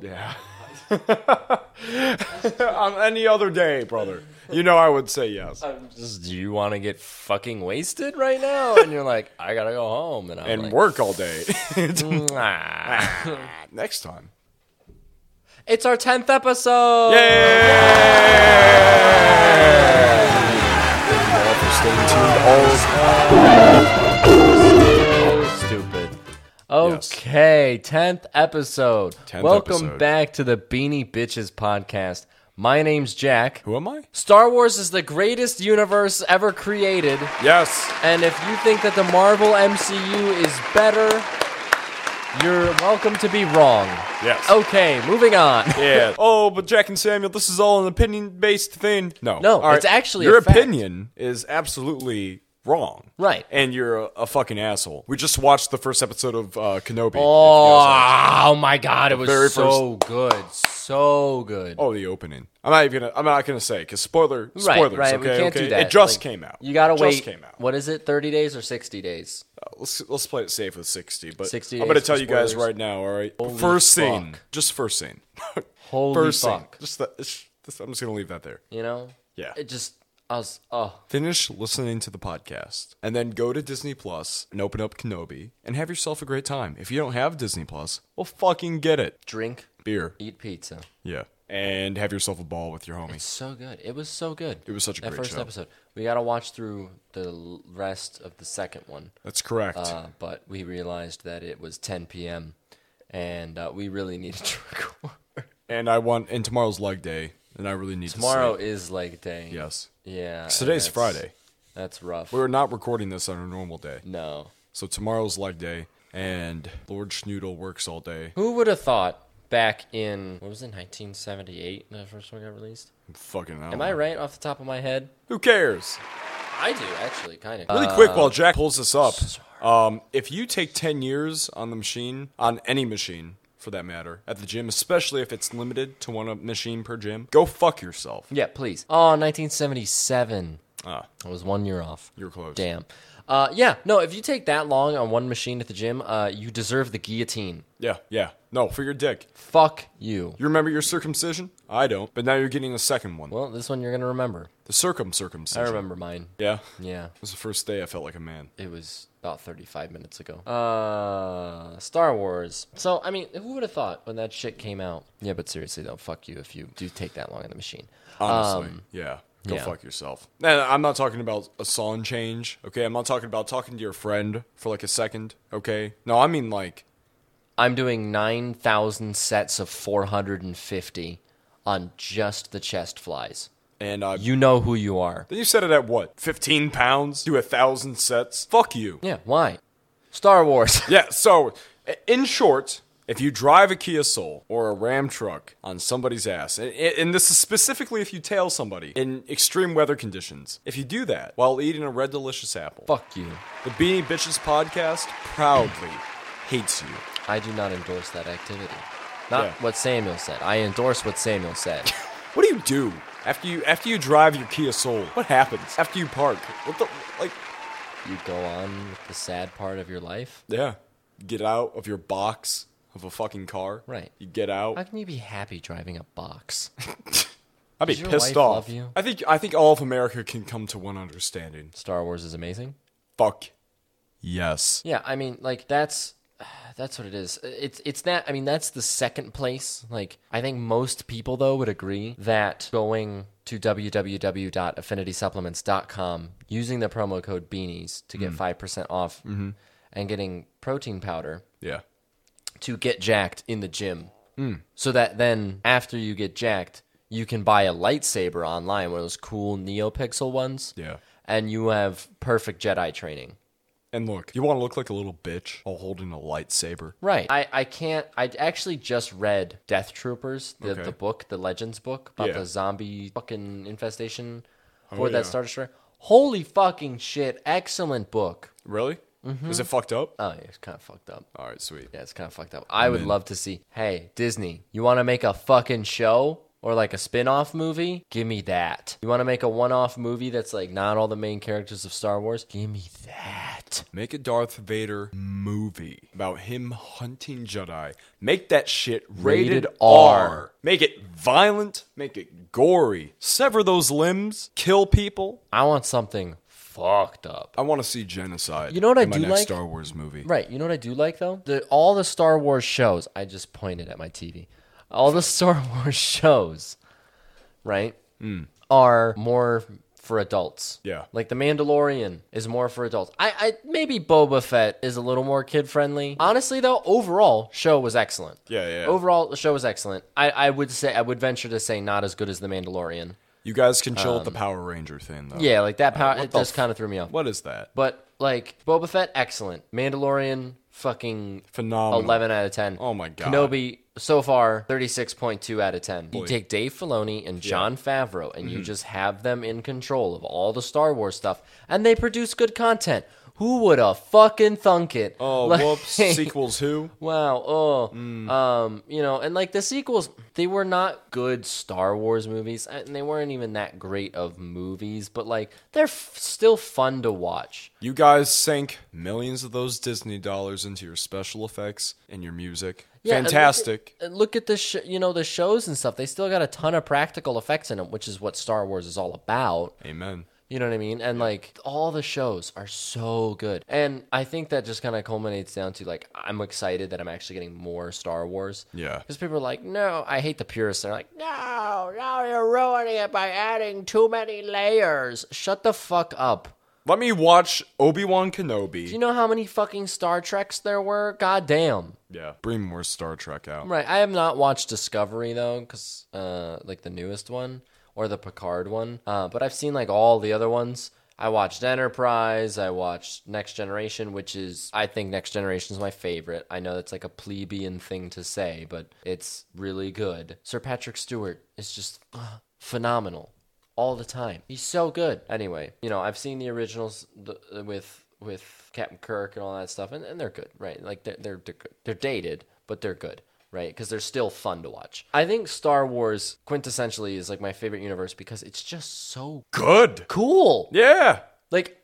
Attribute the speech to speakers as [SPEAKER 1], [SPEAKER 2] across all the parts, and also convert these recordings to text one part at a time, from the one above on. [SPEAKER 1] Yeah. On any other day, brother, you know I would say yes.
[SPEAKER 2] I'm just, do you want to get fucking wasted right now? And you're like, I gotta go home, and I'm
[SPEAKER 1] And
[SPEAKER 2] like, mm.
[SPEAKER 1] work all day.
[SPEAKER 2] "Nah."
[SPEAKER 1] Next time.
[SPEAKER 2] It's our tenth episode. Stupid. Okay, tenth episode.
[SPEAKER 1] 10th
[SPEAKER 2] Welcome
[SPEAKER 1] episode.
[SPEAKER 2] back to the Beanie Bitches podcast. My name's Jack.
[SPEAKER 1] Who am I?
[SPEAKER 2] Star Wars is the greatest universe ever created,
[SPEAKER 1] Yes.
[SPEAKER 2] and if you think that the Marvel MCU is better, you're welcome to be wrong.
[SPEAKER 1] Yes.
[SPEAKER 2] Okay, moving on.
[SPEAKER 1] Yeah. Oh, but Jack and Samuel, this is all an opinion-based thing. No,
[SPEAKER 2] No,
[SPEAKER 1] All
[SPEAKER 2] it's actually a
[SPEAKER 1] your
[SPEAKER 2] fact.
[SPEAKER 1] opinion is absolutely wrong.
[SPEAKER 2] Right.
[SPEAKER 1] And you're a, a fucking asshole. We just watched the first episode of uh, Kenobi.
[SPEAKER 2] Oh, my god, it was
[SPEAKER 1] very
[SPEAKER 2] so good. So good.
[SPEAKER 1] oh, the opening. I'm not even. Gonna, I'm not gonna say because spoiler. Spoilers.
[SPEAKER 2] right, right.
[SPEAKER 1] Okay,
[SPEAKER 2] we can't
[SPEAKER 1] okay?
[SPEAKER 2] do that.
[SPEAKER 1] It just
[SPEAKER 2] Like,
[SPEAKER 1] came out.
[SPEAKER 2] You gotta
[SPEAKER 1] It
[SPEAKER 2] wait.
[SPEAKER 1] Just came out.
[SPEAKER 2] What is it? Thirty days or sixty days?
[SPEAKER 1] Let's let's play it safe with sixty. But
[SPEAKER 2] 60
[SPEAKER 1] I'm gonna
[SPEAKER 2] days
[SPEAKER 1] tell
[SPEAKER 2] for
[SPEAKER 1] you guys
[SPEAKER 2] spoilers.
[SPEAKER 1] right now. All right. first scene.
[SPEAKER 2] fuck.
[SPEAKER 1] Just first scene.
[SPEAKER 2] Holy
[SPEAKER 1] first
[SPEAKER 2] fuck!
[SPEAKER 1] scene. Just that. Just, I'm just gonna leave that there.
[SPEAKER 2] You know?
[SPEAKER 1] Yeah.
[SPEAKER 2] It just I was oh
[SPEAKER 1] Finish listening to the podcast and then go to Disney Plus and open up Kenobi and have yourself a great time. If you don't have Disney Plus, well, fucking get it.
[SPEAKER 2] drink,
[SPEAKER 1] Beer.
[SPEAKER 2] eat pizza.
[SPEAKER 1] Yeah. And have yourself a ball with your homies.
[SPEAKER 2] So good. It was so good. It
[SPEAKER 1] was such a
[SPEAKER 2] that
[SPEAKER 1] great
[SPEAKER 2] first
[SPEAKER 1] show.
[SPEAKER 2] episode. We gotta watch through the l- rest of the second one,
[SPEAKER 1] That's correct.
[SPEAKER 2] uh, but we realized that it was 10 p.m. and uh, we really needed to record.
[SPEAKER 1] and I want, and tomorrow's leg day, and I really need
[SPEAKER 2] Tomorrow
[SPEAKER 1] to sleep.
[SPEAKER 2] is like day.
[SPEAKER 1] Yes.
[SPEAKER 2] Yeah. and
[SPEAKER 1] Today's
[SPEAKER 2] that's-
[SPEAKER 1] Friday.
[SPEAKER 2] That's rough.
[SPEAKER 1] We're not recording this on a normal day.
[SPEAKER 2] no.
[SPEAKER 1] So tomorrow's leg day, and Lord Schnoodle works all day.
[SPEAKER 2] Who would have thought back in what was it 1978 the first one got released?
[SPEAKER 1] Fucking hell.
[SPEAKER 2] Am I right off the top of my head? Uh,
[SPEAKER 1] Who cares?
[SPEAKER 2] I do actually, kind of.
[SPEAKER 1] Really quick while Jack pulls this up. Um, if you take 10 years on the machine, on any machine for that matter, at the gym, especially if it's limited to one uh, machine per gym, go fuck yourself.
[SPEAKER 2] yeah, please. Oh, 1977.
[SPEAKER 1] Ah,
[SPEAKER 2] I was one year off.
[SPEAKER 1] you're close.
[SPEAKER 2] Damn. Uh, yeah, no. If you take that long on one machine at the gym, uh, you deserve the guillotine.
[SPEAKER 1] Yeah, yeah. No, for your dick.
[SPEAKER 2] Fuck you.
[SPEAKER 1] You remember your circumcision? I don't, but now you're getting the second one.
[SPEAKER 2] Well, this one you're gonna remember.
[SPEAKER 1] The circum
[SPEAKER 2] I
[SPEAKER 1] circumcision.
[SPEAKER 2] remember mine.
[SPEAKER 1] Yeah. It
[SPEAKER 2] Yeah,
[SPEAKER 1] was the first day I felt like a man.
[SPEAKER 2] it was about 35 minutes ago. Uh, Star Wars. So I mean, who would have thought when that shit came out? Yeah, but seriously though, fuck you if you do take that long in the machine. Uh,
[SPEAKER 1] Honestly, yeah. Go
[SPEAKER 2] Um, yeah.
[SPEAKER 1] fuck yourself. And I'm not talking about a song change, okay? I'm not talking about talking to your friend for like a second, okay? No, I mean like
[SPEAKER 2] I'm doing 9,000 sets of 450 on just the chest flies.
[SPEAKER 1] and I
[SPEAKER 2] You know who you are.
[SPEAKER 1] Then you said it at what? 15 pounds? Do a thousand sets? Fuck you.
[SPEAKER 2] Yeah, why? Star Wars.
[SPEAKER 1] Yeah, so i- in short, if you drive a Kia Soul or a Ram truck on somebody's ass, and, and this is specifically if you tail somebody in extreme weather conditions, if you do that while eating a red delicious apple,
[SPEAKER 2] Fuck you.
[SPEAKER 1] the Beanie Bitches podcast proudly hates you.
[SPEAKER 2] I do not endorse that activity. Not
[SPEAKER 1] Yeah.
[SPEAKER 2] what Samuel said. I endorse what Samuel said.
[SPEAKER 1] What do you do after you after you drive your Kia Soul? What happens after you park? What the like?
[SPEAKER 2] you go on with the sad part of your life.
[SPEAKER 1] Yeah, get out of your box of a fucking car.
[SPEAKER 2] Right.
[SPEAKER 1] You get out.
[SPEAKER 2] How can you be happy driving a box?
[SPEAKER 1] I'd be
[SPEAKER 2] Does your wife
[SPEAKER 1] pissed off.
[SPEAKER 2] love you?
[SPEAKER 1] I think I think all of America can come to one understanding.
[SPEAKER 2] Star Wars is amazing.
[SPEAKER 1] Fuck. Yes.
[SPEAKER 2] Yeah, I mean, like that's that's what it is. It's it's that. I mean, that's the second place. Like, I think most people though would agree that going to www.affinitysupplements.com using the promo code beanies to get 5% off and getting protein powder
[SPEAKER 1] Yeah.
[SPEAKER 2] to get jacked in the gym. So that then after you get jacked, you can buy a lightsaber online, one of those cool NeoPixel ones.
[SPEAKER 1] Yeah.
[SPEAKER 2] And you have perfect Jedi training.
[SPEAKER 1] And look, you want to look like a little bitch while holding a lightsaber.
[SPEAKER 2] Right. I, I can't. I actually just read Death Troopers, the,
[SPEAKER 1] Okay.
[SPEAKER 2] the book, the Legends book about
[SPEAKER 1] Yeah. Oh,
[SPEAKER 2] the zombie fucking infestation for
[SPEAKER 1] yeah.
[SPEAKER 2] that Star Destroyer. Holy fucking shit. Excellent book.
[SPEAKER 1] Really? Is it fucked up?
[SPEAKER 2] Oh, yeah, it's kind of fucked up.
[SPEAKER 1] All right, sweet.
[SPEAKER 2] Yeah, it's kind of fucked up. I would love to see. Hey, Disney, you want to make a fucking show or like a spin off movie? Give me that. You want to make a one off movie that's like not all the main characters of Star Wars? Give me that. What?
[SPEAKER 1] Make a Darth Vader movie about him hunting Jedi. Make that shit rated,
[SPEAKER 2] Rated
[SPEAKER 1] R.
[SPEAKER 2] R.
[SPEAKER 1] Make it violent. Make it gory. Sever those limbs. Kill people.
[SPEAKER 2] I want something fucked up.
[SPEAKER 1] I want to see genocide.
[SPEAKER 2] You know what I
[SPEAKER 1] in my
[SPEAKER 2] do
[SPEAKER 1] next
[SPEAKER 2] like?
[SPEAKER 1] Star Wars movie.
[SPEAKER 2] Right. You know what I do like though? The, all the Star Wars shows. I just pointed at my TV. All the Star Wars shows, right, are more for adults.
[SPEAKER 1] Hmm. Yeah.
[SPEAKER 2] Like the Mandalorian is more for adults. I, I maybe Boba Fett is a little more kid friendly. Honestly though, overall show was excellent.
[SPEAKER 1] Yeah, yeah.
[SPEAKER 2] Overall, the show was excellent. I, I would say I would venture to say not as good as the Mandalorian.
[SPEAKER 1] You guys can chill with the Power Ranger thing though.
[SPEAKER 2] Um, Yeah, like that power.
[SPEAKER 1] what
[SPEAKER 2] it
[SPEAKER 1] the
[SPEAKER 2] just
[SPEAKER 1] f-
[SPEAKER 2] kind of threw me off.
[SPEAKER 1] What is that?
[SPEAKER 2] But like Boba Fett, excellent. Mandalorian, fucking
[SPEAKER 1] Phenomenal.
[SPEAKER 2] 11 out of 10.
[SPEAKER 1] Oh my God.
[SPEAKER 2] Kenobi, so far, 36.2 out of 10. You take Dave Filoni and John Favreau, and
[SPEAKER 1] Mm-hmm.
[SPEAKER 2] you just have them in control of all the Star Wars stuff, and they produce good content. Who would have fucking thunk it?
[SPEAKER 1] Oh,
[SPEAKER 2] Like-
[SPEAKER 1] whoops. Mm. Sequels who?
[SPEAKER 2] Wow. Oh. Um. You know, and like the sequels, they were not good Star Wars movies, and they weren't even that great of movies. But like, they're f- still fun to watch.
[SPEAKER 1] You guys sank millions of those Disney dollars into your special effects and your music.
[SPEAKER 2] Yeah, and look at-
[SPEAKER 1] Fantastic.
[SPEAKER 2] and Look at, the sh- you know the shows and stuff. They still got a ton of practical effects in them, which is what Star Wars is all about.
[SPEAKER 1] Amen.
[SPEAKER 2] You know what I mean? And like all the shows are so good. And I think that just kind of culminates down to like I'm excited that I'm actually getting more Star Wars.
[SPEAKER 1] Yeah.
[SPEAKER 2] Because people are like, no, I hate the purists. They're like, no, no, you're ruining it by adding too many layers. Shut the fuck up.
[SPEAKER 1] Let me watch Obi Wan Kenobi.
[SPEAKER 2] Do you know how many fucking Star Treks there were? God damn.
[SPEAKER 1] yeah, bring more Star Trek out.
[SPEAKER 2] Right. I have not watched Discovery though, because uh, like the newest one or the Picard one. Uh, but I've seen like all the other ones. I watched Enterprise. I watched Next Generation, which is I think Next Generation is my favorite. I know that's like a plebeian thing to say, but it's really good. Sir Patrick Stewart is just uh, phenomenal all the time. He's so good. Anyway, you know, I've seen the originals th- with with Captain Kirk and all that stuff, and, and they're good, right? Like they're they're they're, good. they're dated, but they're good, right? Because they're still fun to watch. I think Star Wars quintessentially is like my favorite universe because it's just so
[SPEAKER 1] Good.
[SPEAKER 2] cool.
[SPEAKER 1] Yeah.
[SPEAKER 2] Like.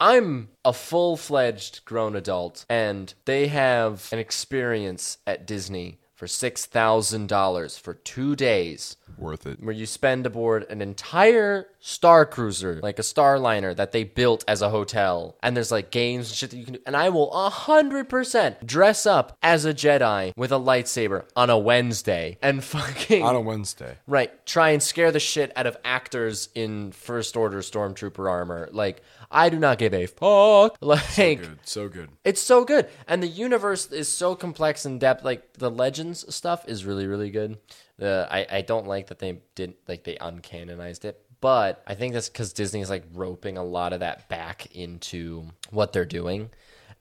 [SPEAKER 2] I'm a full fledged grown adult, and they have an experience at Disney for $6,000 for two days
[SPEAKER 1] Worth it.
[SPEAKER 2] where you spend aboard an entire star cruiser, like a starliner that they built as a hotel, and there's like games and shit that you can do. And I will hundred percent dress up as a Jedi with a lightsaber on a Wednesday and fucking
[SPEAKER 1] On a Wednesday.
[SPEAKER 2] Right. Try and scare the shit out of actors in first order stormtrooper armor. Like, I do not give a
[SPEAKER 1] Oh,
[SPEAKER 2] fuck. Like
[SPEAKER 1] Good. So good.
[SPEAKER 2] it's so good. And the universe is so complex in depth. Like the legends stuff is really, really good. The I, I don't like that they did like they uncanonized it. But I think that's because Disney's like roping a lot of that back into what they're doing.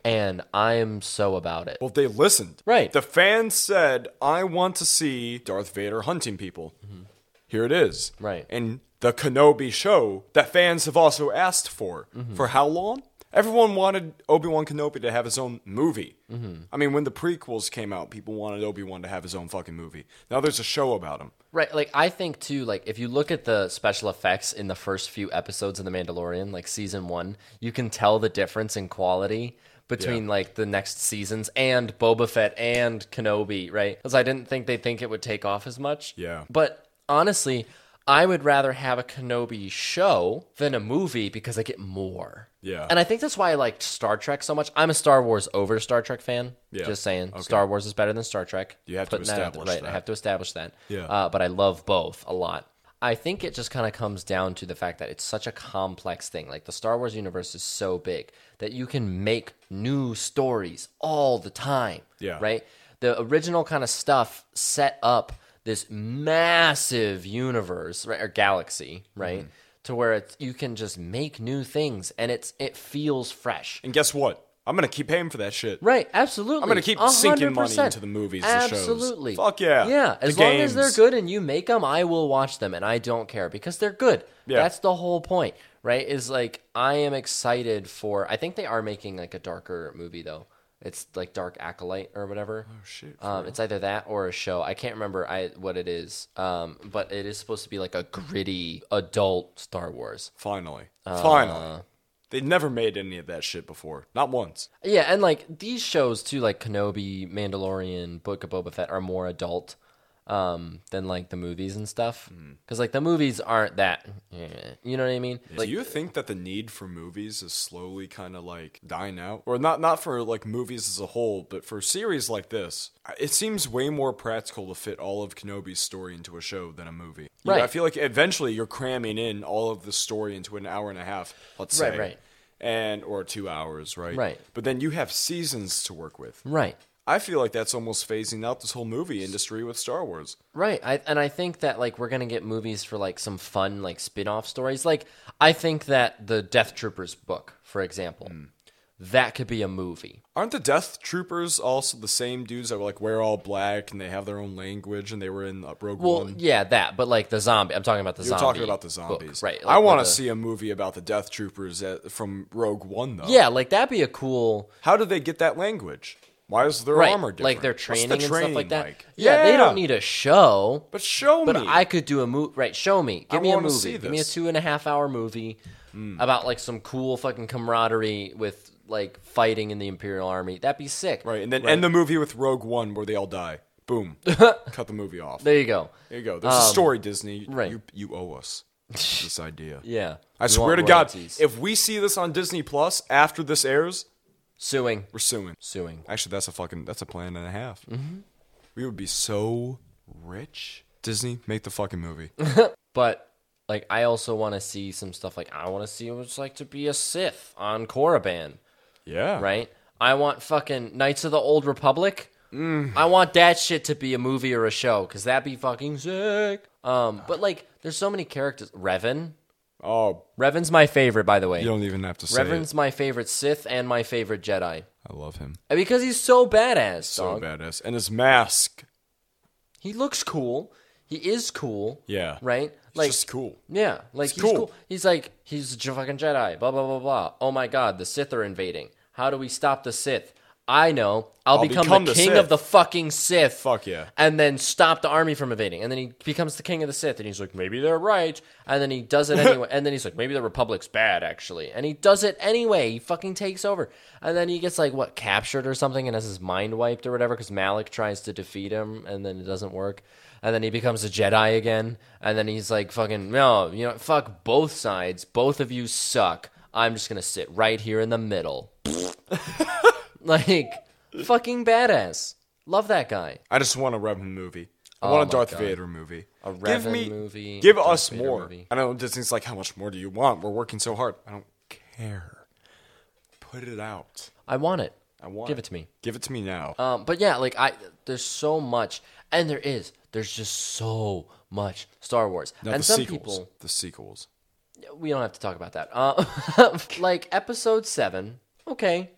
[SPEAKER 2] And I am so about it.
[SPEAKER 1] Well, they listened.
[SPEAKER 2] Right.
[SPEAKER 1] The fans said, I want to see Darth Vader hunting people. Here it is.
[SPEAKER 2] Right.
[SPEAKER 1] And the Kenobi show that fans have also asked for. For how long? Everyone wanted Obi Wan Kenobi to have his own movie. I mean, when the prequels came out, people wanted Obi Wan to have his own fucking movie. Now there's a show about him.
[SPEAKER 2] Right, like I think too, like if you look at the special effects in the first few episodes of The Mandalorian, like season one, you can tell the difference in quality between
[SPEAKER 1] Yeah.
[SPEAKER 2] like the next seasons and Boba Fett and Kenobi, right? Because I didn't think they think it would take off as much.
[SPEAKER 1] Yeah.
[SPEAKER 2] But honestly, I would rather have a Kenobi show than a movie because I get more.
[SPEAKER 1] Yeah.
[SPEAKER 2] And I think that's why I liked Star Trek so much. I'm a Star Wars over Star Trek fan.
[SPEAKER 1] Yeah.
[SPEAKER 2] Just saying. Star Wars is better than Star Trek.
[SPEAKER 1] You have to
[SPEAKER 2] Putting out-
[SPEAKER 1] establish
[SPEAKER 2] right, I
[SPEAKER 1] that.
[SPEAKER 2] have have to establish that.
[SPEAKER 1] Yeah.
[SPEAKER 2] Uh, but I love both a lot. I think it just kind of comes down to the fact that it's such a complex thing. Like the Star Wars universe is so big that you can make new stories all the time.
[SPEAKER 1] Yeah.
[SPEAKER 2] Right? The original kind of stuff set up this massive universe right, or galaxy, right?
[SPEAKER 1] Mm-hmm.
[SPEAKER 2] To where it's, you can just make new things and it's it feels fresh.
[SPEAKER 1] And guess what? I'm going to keep paying for that shit.
[SPEAKER 2] Right, absolutely. I'm
[SPEAKER 1] gonna keep sinking money into the movies, the shows.
[SPEAKER 2] Absolutely.
[SPEAKER 1] Fuck yeah.
[SPEAKER 2] Yeah,
[SPEAKER 1] The
[SPEAKER 2] as long as they're
[SPEAKER 1] games.
[SPEAKER 2] good and you make them, I will watch them and I don't care because they're good.
[SPEAKER 1] Yeah.
[SPEAKER 2] That's the whole point, right? Is like I am excited for I think they are making like a darker movie though. It's like Dark Acolyte or whatever. Oh
[SPEAKER 1] shit, for
[SPEAKER 2] Um, it's either that or a show. I can't remember I what it is. Um, but it is supposed to be like a gritty adult Star Wars.
[SPEAKER 1] Finally. Finally. They never made any of that shit before. Not once.
[SPEAKER 2] Yeah, and like these shows too, like Kenobi, Mandalorian, Book of Boba Fett, are more adult um, than like the movies and stuff.
[SPEAKER 1] Mm.
[SPEAKER 2] Because like the movies aren't that, eh, you know what I mean? Like, uh,
[SPEAKER 1] Do you think that the need for movies is slowly kind of like dying out? Or not not for like movies as a whole, but for series like this, I- it seems way more practical to fit all of Kenobi's story into a show than a movie. You know,
[SPEAKER 2] Right.
[SPEAKER 1] I feel like eventually you're cramming in all of the story into an hour and a half, let's
[SPEAKER 2] Right,
[SPEAKER 1] say.
[SPEAKER 2] right.
[SPEAKER 1] And or 2 hours, right?
[SPEAKER 2] Right.
[SPEAKER 1] But then you have seasons to work with.
[SPEAKER 2] right,
[SPEAKER 1] I feel like that's almost phasing out this whole movie industry with Star Wars.
[SPEAKER 2] right. I and I think that like we're gonna get movies for like some fun like spin off stories. Like I think that the Death Troopers book, for example,
[SPEAKER 1] Mm.
[SPEAKER 2] that could be a movie.
[SPEAKER 1] Aren't the Death Troopers also the same dudes that were like wear all black and they have their own language and they were in uh, Rogue
[SPEAKER 2] Well,
[SPEAKER 1] One?
[SPEAKER 2] yeah, that. But like the zombie, I'm talking about the
[SPEAKER 1] You're
[SPEAKER 2] zombie.
[SPEAKER 1] talking about the
[SPEAKER 2] book,
[SPEAKER 1] zombies,
[SPEAKER 2] right?
[SPEAKER 1] I
[SPEAKER 2] like,
[SPEAKER 1] want
[SPEAKER 2] with
[SPEAKER 1] to
[SPEAKER 2] the-
[SPEAKER 1] see a movie about the Death Troopers that, from Rogue One, though.
[SPEAKER 2] Yeah, like that'd be a cool.
[SPEAKER 1] How did they get that language? Why is their armor different?
[SPEAKER 2] Like their
[SPEAKER 1] What's the
[SPEAKER 2] training and stuff like
[SPEAKER 1] training
[SPEAKER 2] that.
[SPEAKER 1] like?
[SPEAKER 2] Yeah, they
[SPEAKER 1] Yeah.
[SPEAKER 2] don't need a show.
[SPEAKER 1] But show
[SPEAKER 2] But
[SPEAKER 1] me.
[SPEAKER 2] I could do a movie. Right, show me. Give me a
[SPEAKER 1] wanna
[SPEAKER 2] movie.
[SPEAKER 1] see
[SPEAKER 2] Give me a
[SPEAKER 1] this. Hmm.
[SPEAKER 2] two and a half hour movie about like some cool fucking camaraderie with like fighting in the Imperial Army. That'd be sick.
[SPEAKER 1] right, and then end the movie with Rogue One where they all die. Boom. Cut the movie off. There
[SPEAKER 2] There you go.
[SPEAKER 1] you go. There's a story, Disney.
[SPEAKER 2] Um, right.
[SPEAKER 1] You, you owe us this idea.
[SPEAKER 2] Yeah.
[SPEAKER 1] I
[SPEAKER 2] We
[SPEAKER 1] swear
[SPEAKER 2] want
[SPEAKER 1] to God,
[SPEAKER 2] royalties.
[SPEAKER 1] if we see this on Disney Plus after this airs,
[SPEAKER 2] suing.
[SPEAKER 1] we're suing.
[SPEAKER 2] Suing.
[SPEAKER 1] Actually, that's a fucking that's a plan and a half. Mm-hmm. We would be so rich. Disney, make the fucking movie.
[SPEAKER 2] But like I also want to see some stuff like I want to see what it's like to be a Sith on Korriban.
[SPEAKER 1] yeah.
[SPEAKER 2] right? I want fucking Knights of the Old Republic. I want that shit to be a movie or a show because that'd be fucking sick. Um, but like, there's so many characters. Revan.
[SPEAKER 1] Oh,
[SPEAKER 2] Revan's my favorite, by the way.
[SPEAKER 1] you don't even have to say
[SPEAKER 2] Revan's my favorite Sith and my favorite Jedi
[SPEAKER 1] it. I love him.
[SPEAKER 2] And because he's so badass.
[SPEAKER 1] So
[SPEAKER 2] dog.
[SPEAKER 1] badass. And his mask.
[SPEAKER 2] He looks cool. He is cool.
[SPEAKER 1] Yeah.
[SPEAKER 2] Right.
[SPEAKER 1] It's
[SPEAKER 2] Like
[SPEAKER 1] just cool.
[SPEAKER 2] Yeah, like he's
[SPEAKER 1] cool.
[SPEAKER 2] cool. He's like he's a j- fucking Jedi. Blah blah blah blah. Oh my God, the Sith are invading. How do we stop the Sith? I know. I'll, become,
[SPEAKER 1] become
[SPEAKER 2] the,
[SPEAKER 1] the
[SPEAKER 2] king
[SPEAKER 1] Sith.
[SPEAKER 2] of the fucking Sith.
[SPEAKER 1] Fuck yeah.
[SPEAKER 2] And then stop the army from invading. And then he becomes the king of the Sith. And he's like, maybe they're right. And then he does it anyway. and then he's like, maybe the Republic's bad actually. And he does it anyway. He fucking takes over. And then he gets like what captured or something, and has his mind wiped or whatever because Malik tries to defeat him, and then it doesn't work and then he becomes a Jedi again, and then he's like, "Fucking no, you know, fuck both sides. Both of you suck. I'm just gonna sit right here in the middle." like, fucking badass. Love that guy.
[SPEAKER 1] I just want a Revan movie. I
[SPEAKER 2] Oh
[SPEAKER 1] want a
[SPEAKER 2] my
[SPEAKER 1] Darth
[SPEAKER 2] God.
[SPEAKER 1] Vader movie. A
[SPEAKER 2] Revan movie,
[SPEAKER 1] Give
[SPEAKER 2] Darth
[SPEAKER 1] us
[SPEAKER 2] Vader
[SPEAKER 1] more.
[SPEAKER 2] movie.
[SPEAKER 1] I know Disney's like, how much more do you want? We're working so hard. I don't care. Put it out.
[SPEAKER 2] I want it.
[SPEAKER 1] I want.
[SPEAKER 2] Give it to me.
[SPEAKER 1] Give it to me now.
[SPEAKER 2] Um, but yeah, like I, there's so much, and there is. There's just so much Star Wars,
[SPEAKER 1] now
[SPEAKER 2] and
[SPEAKER 1] the
[SPEAKER 2] some
[SPEAKER 1] sequels.
[SPEAKER 2] people.
[SPEAKER 1] The sequels.
[SPEAKER 2] we don't have to talk about that. Uh, like episode seven, okay,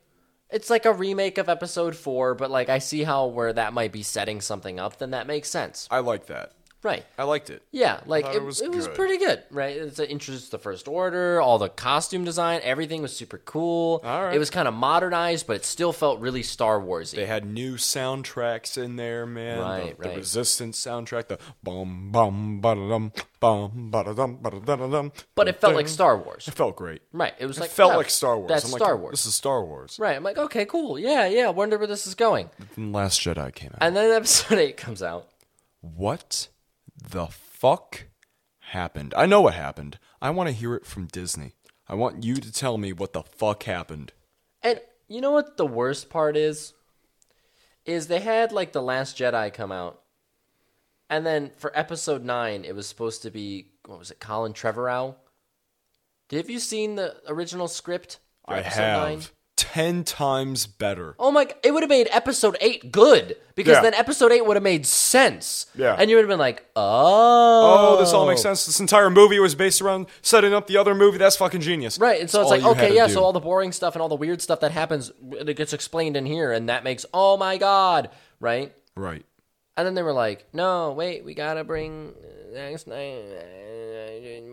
[SPEAKER 2] it's like a remake of episode four, but like I see how where that might be setting something up. Then that makes sense,
[SPEAKER 1] I like that.
[SPEAKER 2] right?
[SPEAKER 1] I liked it.
[SPEAKER 2] Yeah, like
[SPEAKER 1] thought
[SPEAKER 2] it,
[SPEAKER 1] it
[SPEAKER 2] it
[SPEAKER 1] was
[SPEAKER 2] was,
[SPEAKER 1] good.
[SPEAKER 2] pretty good, right? It's it introduced the first order, all the costume design, everything was super cool.
[SPEAKER 1] All right.
[SPEAKER 2] It was kind of modernized, but it still felt really Star Warsy.
[SPEAKER 1] They had new soundtracks in there, man. The-
[SPEAKER 2] Right,
[SPEAKER 1] the,
[SPEAKER 2] right.
[SPEAKER 1] Resistance soundtrack, the bum bum ba-da-dum, bum ba-da-dum, ba-da-dum,
[SPEAKER 2] but it felt like Star Wars,
[SPEAKER 1] It felt great.
[SPEAKER 2] right? It was
[SPEAKER 1] It
[SPEAKER 2] like
[SPEAKER 1] felt
[SPEAKER 2] wow,
[SPEAKER 1] like Star Wars.
[SPEAKER 2] That's
[SPEAKER 1] I'm like,
[SPEAKER 2] Star Wars,
[SPEAKER 1] This is Star Wars.
[SPEAKER 2] right? I'm like, okay, cool, yeah, yeah. Wonder where this is going.
[SPEAKER 1] And Last Jedi came out.
[SPEAKER 2] And then episode eight comes out.
[SPEAKER 1] what the fuck happened? I know what happened. I want to hear it from Disney. I want you to tell me what the fuck happened.
[SPEAKER 2] And you know what the worst part is? Is they had like the Last Jedi come out, and then for episode nine, it was supposed to be what was it? Colin Trevorrow. Have you seen the original script? for
[SPEAKER 1] I
[SPEAKER 2] episode
[SPEAKER 1] have
[SPEAKER 2] nine?
[SPEAKER 1] ten times better.
[SPEAKER 2] Oh my! g- It would have made episode eight good because
[SPEAKER 1] Yeah.
[SPEAKER 2] then episode eight would have made sense.
[SPEAKER 1] Yeah.
[SPEAKER 2] and you would have been like, oh,
[SPEAKER 1] Oh, this all makes sense. This entire movie was based around setting up the other movie. That's fucking genius.
[SPEAKER 2] Right, and so it's
[SPEAKER 1] all
[SPEAKER 2] like,
[SPEAKER 1] you had
[SPEAKER 2] okay,
[SPEAKER 1] to
[SPEAKER 2] yeah,
[SPEAKER 1] do.
[SPEAKER 2] so all the boring stuff and all the weird stuff that happens, it gets explained in here, and that makes, oh my god, right?
[SPEAKER 1] Right.
[SPEAKER 2] And then they were like, "No, wait, we gotta bring uh, next night, uh, and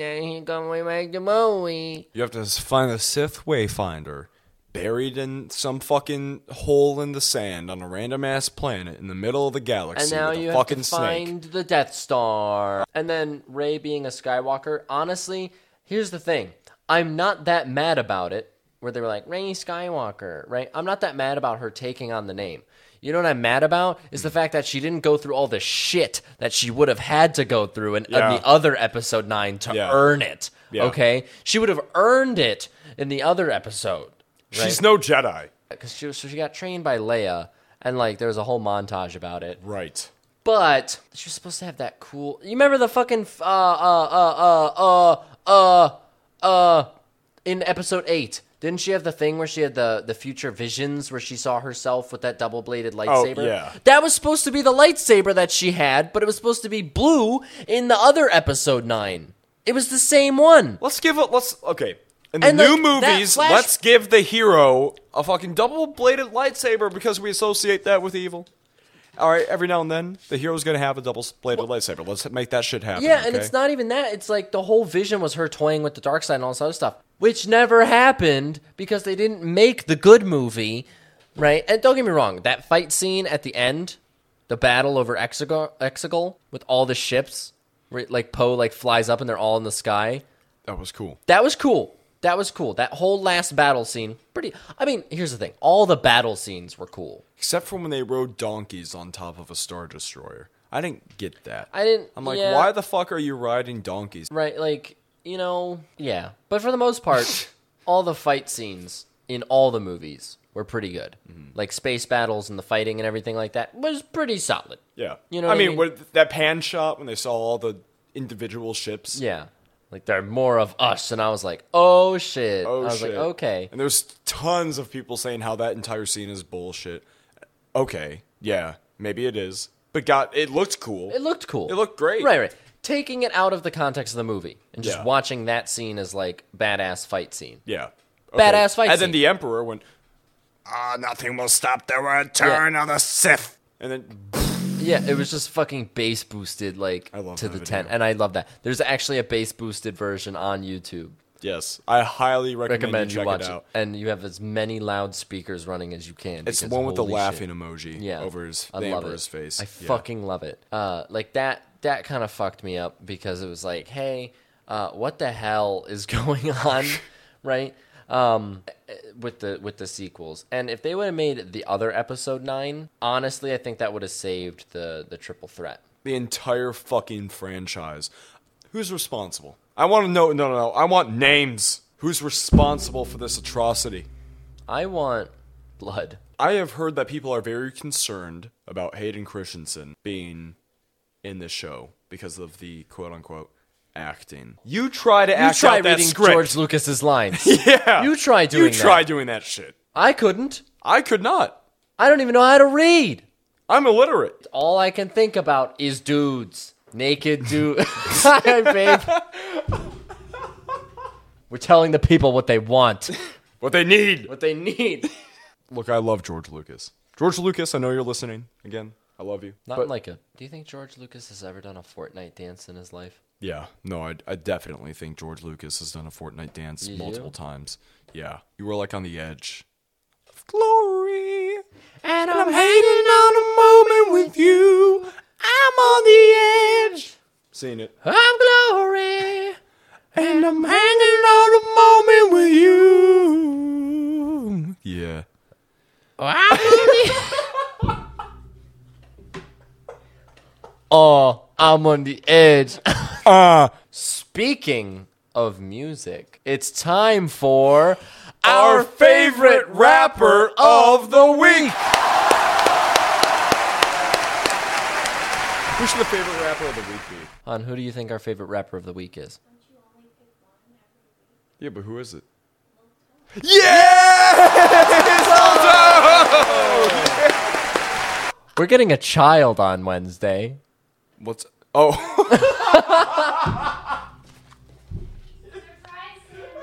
[SPEAKER 2] then he gonna make the movie."
[SPEAKER 1] You have to s- find a Sith Wayfinder buried in some fucking hole in the sand on a random ass planet in the middle of the galaxy
[SPEAKER 2] And now
[SPEAKER 1] with a
[SPEAKER 2] you have
[SPEAKER 1] fucking
[SPEAKER 2] to
[SPEAKER 1] snake.
[SPEAKER 2] find the Death Star, and then Ray being a Skywalker. Honestly, here's the thing: I'm not that mad about it. Where they were like Ray Skywalker, right? I'm not that mad about her taking on the name. You know what I'm mad about is the fact that she didn't go through all the shit that she would have had to go through in, in
[SPEAKER 1] Yeah.
[SPEAKER 2] the other episode nine to
[SPEAKER 1] Yeah.
[SPEAKER 2] earn it.
[SPEAKER 1] Yeah.
[SPEAKER 2] Okay, she would have earned it in the other episode.
[SPEAKER 1] She's no Jedi.
[SPEAKER 2] because she was, so she got trained by Leia, and like there was a whole montage about it.
[SPEAKER 1] Right.
[SPEAKER 2] But she was supposed to have that cool. You remember the fucking f- uh uh uh uh uh uh uh in episode eight. Didn't she have the thing where she had the, the future visions where she saw herself with that double bladed lightsaber?
[SPEAKER 1] yeah.
[SPEAKER 2] That was supposed to be the lightsaber that she had, but it was supposed to be blue in the other episode nine. It was the same one.
[SPEAKER 1] Let's give it. Let's okay. In the
[SPEAKER 2] And,
[SPEAKER 1] new
[SPEAKER 2] like, that
[SPEAKER 1] movies,
[SPEAKER 2] flash-
[SPEAKER 1] let's give the hero a fucking double-bladed lightsaber because we associate that with evil. All right, every now and then, the hero's gonna have a double-bladed lightsaber. Let's make that shit happen.
[SPEAKER 2] Yeah, and
[SPEAKER 1] okay?
[SPEAKER 2] it's not even that. It's like the whole vision was her toying with the dark side and all this other stuff, which never happened because they didn't make the good movie, right? And don't get me wrong, that fight scene at the end, the battle over Exegol, Exegol with all the ships, where, like Poe like flies up and they're all in the sky.
[SPEAKER 1] That was cool.
[SPEAKER 2] That was cool. That was cool. That whole last battle scene, pretty. I mean, here's the thing: all the battle scenes were cool.
[SPEAKER 1] Except for when they rode donkeys on top of a star destroyer. I didn't get that.
[SPEAKER 2] I didn't-
[SPEAKER 1] I'm like,
[SPEAKER 2] yeah.
[SPEAKER 1] why the fuck are you riding donkeys?
[SPEAKER 2] Right, like, you know, yeah. But for the most part, all the fight scenes in all the movies were pretty good.
[SPEAKER 1] Mm-hmm.
[SPEAKER 2] Like space battles and the fighting and everything like that was pretty solid.
[SPEAKER 1] Yeah,
[SPEAKER 2] You know
[SPEAKER 1] I
[SPEAKER 2] what I
[SPEAKER 1] mean,
[SPEAKER 2] mean?
[SPEAKER 1] with that pan shot when they saw all the individual ships.
[SPEAKER 2] Yeah. Like there are more of us and I was like, "Oh shit."
[SPEAKER 1] Oh
[SPEAKER 2] I was
[SPEAKER 1] shit.
[SPEAKER 2] like, "Okay."
[SPEAKER 1] And there's tons of people saying how that entire scene is bullshit. Okay, yeah, maybe it is. But God, it looked cool.
[SPEAKER 2] It looked cool.
[SPEAKER 1] It looked great.
[SPEAKER 2] Right, right. Taking it out of the context of the movie and just
[SPEAKER 1] Yeah.
[SPEAKER 2] watching that scene as like badass fight scene.
[SPEAKER 1] yeah,
[SPEAKER 2] Badass fight
[SPEAKER 1] And then
[SPEAKER 2] scene.
[SPEAKER 1] the Emperor went, "Ah, nothing will stop the return of the Sith." And then
[SPEAKER 2] Yeah, it was just fucking bass boosted like
[SPEAKER 1] I love
[SPEAKER 2] to
[SPEAKER 1] that
[SPEAKER 2] the
[SPEAKER 1] video.
[SPEAKER 2] 10 and I love that. There's actually a bass boosted version on YouTube.
[SPEAKER 1] yes, I highly recommend,
[SPEAKER 2] recommend
[SPEAKER 1] you
[SPEAKER 2] you
[SPEAKER 1] check
[SPEAKER 2] watch
[SPEAKER 1] it
[SPEAKER 2] it,
[SPEAKER 1] out.
[SPEAKER 2] and you have as many loudspeakers running as you can.
[SPEAKER 1] It's the
[SPEAKER 2] because
[SPEAKER 1] one with the
[SPEAKER 2] holy shit.
[SPEAKER 1] laughing emoji
[SPEAKER 2] yeah,
[SPEAKER 1] over his
[SPEAKER 2] I
[SPEAKER 1] the
[SPEAKER 2] love
[SPEAKER 1] Emperor's
[SPEAKER 2] it.
[SPEAKER 1] face.
[SPEAKER 2] I
[SPEAKER 1] Yeah.
[SPEAKER 2] fucking love it. Uh, like that that kind of fucked me up because it was like, hey, uh, what the hell is going on, right? Um, eh, with the with the sequels, and if they would have made the other episode nine, honestly, I think that would have saved the the triple threat.
[SPEAKER 1] the entire fucking franchise. Who's responsible? I want to know. No, no, no. I want names. Who's responsible for this atrocity?
[SPEAKER 2] I want blood.
[SPEAKER 1] I have heard that people are very concerned about Hayden Christensen being in this show because of the quote unquote acting. You try to
[SPEAKER 2] You
[SPEAKER 1] act
[SPEAKER 2] try
[SPEAKER 1] out that
[SPEAKER 2] reading
[SPEAKER 1] script.
[SPEAKER 2] George Lucas's lines.
[SPEAKER 1] yeah.
[SPEAKER 2] You try
[SPEAKER 1] You
[SPEAKER 2] doing that.
[SPEAKER 1] try doing that shit.
[SPEAKER 2] I couldn't.
[SPEAKER 1] I could not.
[SPEAKER 2] I don't even know how to read.
[SPEAKER 1] I'm illiterate.
[SPEAKER 2] All I can think about is dudes. Naked dude. Hi, babe. We're telling the people what they want,
[SPEAKER 1] What they need.
[SPEAKER 2] what they need.
[SPEAKER 1] Look, I love George Lucas. George Lucas, I know you're listening. Again, I love you.
[SPEAKER 2] Not
[SPEAKER 1] But-
[SPEAKER 2] like a. Do you think George Lucas has ever done a Fortnite dance in his life?
[SPEAKER 1] Yeah, no, I, I definitely think George Lucas has done a Fortnite dance
[SPEAKER 2] You
[SPEAKER 1] multiple
[SPEAKER 2] do?
[SPEAKER 1] times. Yeah, you were like on the edge of glory,
[SPEAKER 2] And
[SPEAKER 1] I'm hating on a moment with you. I'm on the edge, seen it,
[SPEAKER 2] I'm glory.
[SPEAKER 1] and I'm hanging on a moment with you. Yeah,
[SPEAKER 2] oh, I'm on the edge.
[SPEAKER 1] uh,
[SPEAKER 2] Speaking of music, it's time for
[SPEAKER 1] our favorite rapper of the week. Who should the favorite rapper of the week be?
[SPEAKER 2] On who do you think our favorite rapper of the week is?
[SPEAKER 1] Yeah, but who is it? Yes!
[SPEAKER 2] We're getting a child on Wednesday.
[SPEAKER 1] What's oh?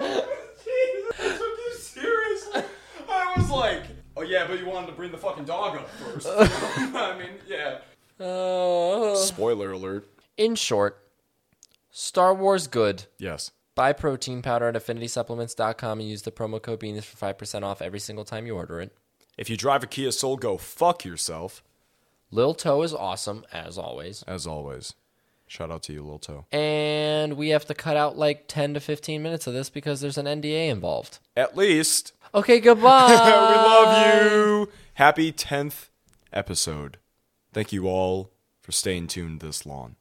[SPEAKER 1] Jesus, took you seriously. I was like, oh yeah, but you wanted to bring the fucking dog up first. I mean, yeah. Spoiler alert.
[SPEAKER 2] In short, Star Wars good.
[SPEAKER 1] Yes.
[SPEAKER 2] Buy protein powder at affinitysupplements.com and use the promo code BEANS for 5% off every single time you order it.
[SPEAKER 1] If you drive a Kia Soul, go fuck yourself.
[SPEAKER 2] Lil Toe is awesome, as always.
[SPEAKER 1] As always. Shout out to you, Lil Toe.
[SPEAKER 2] And we have to cut out like 10 to 15 minutes of this because there's an NDA involved.
[SPEAKER 1] At least
[SPEAKER 2] Okay, goodbye.
[SPEAKER 1] we love you. Happy 10th episode. Thank you all for staying tuned this long.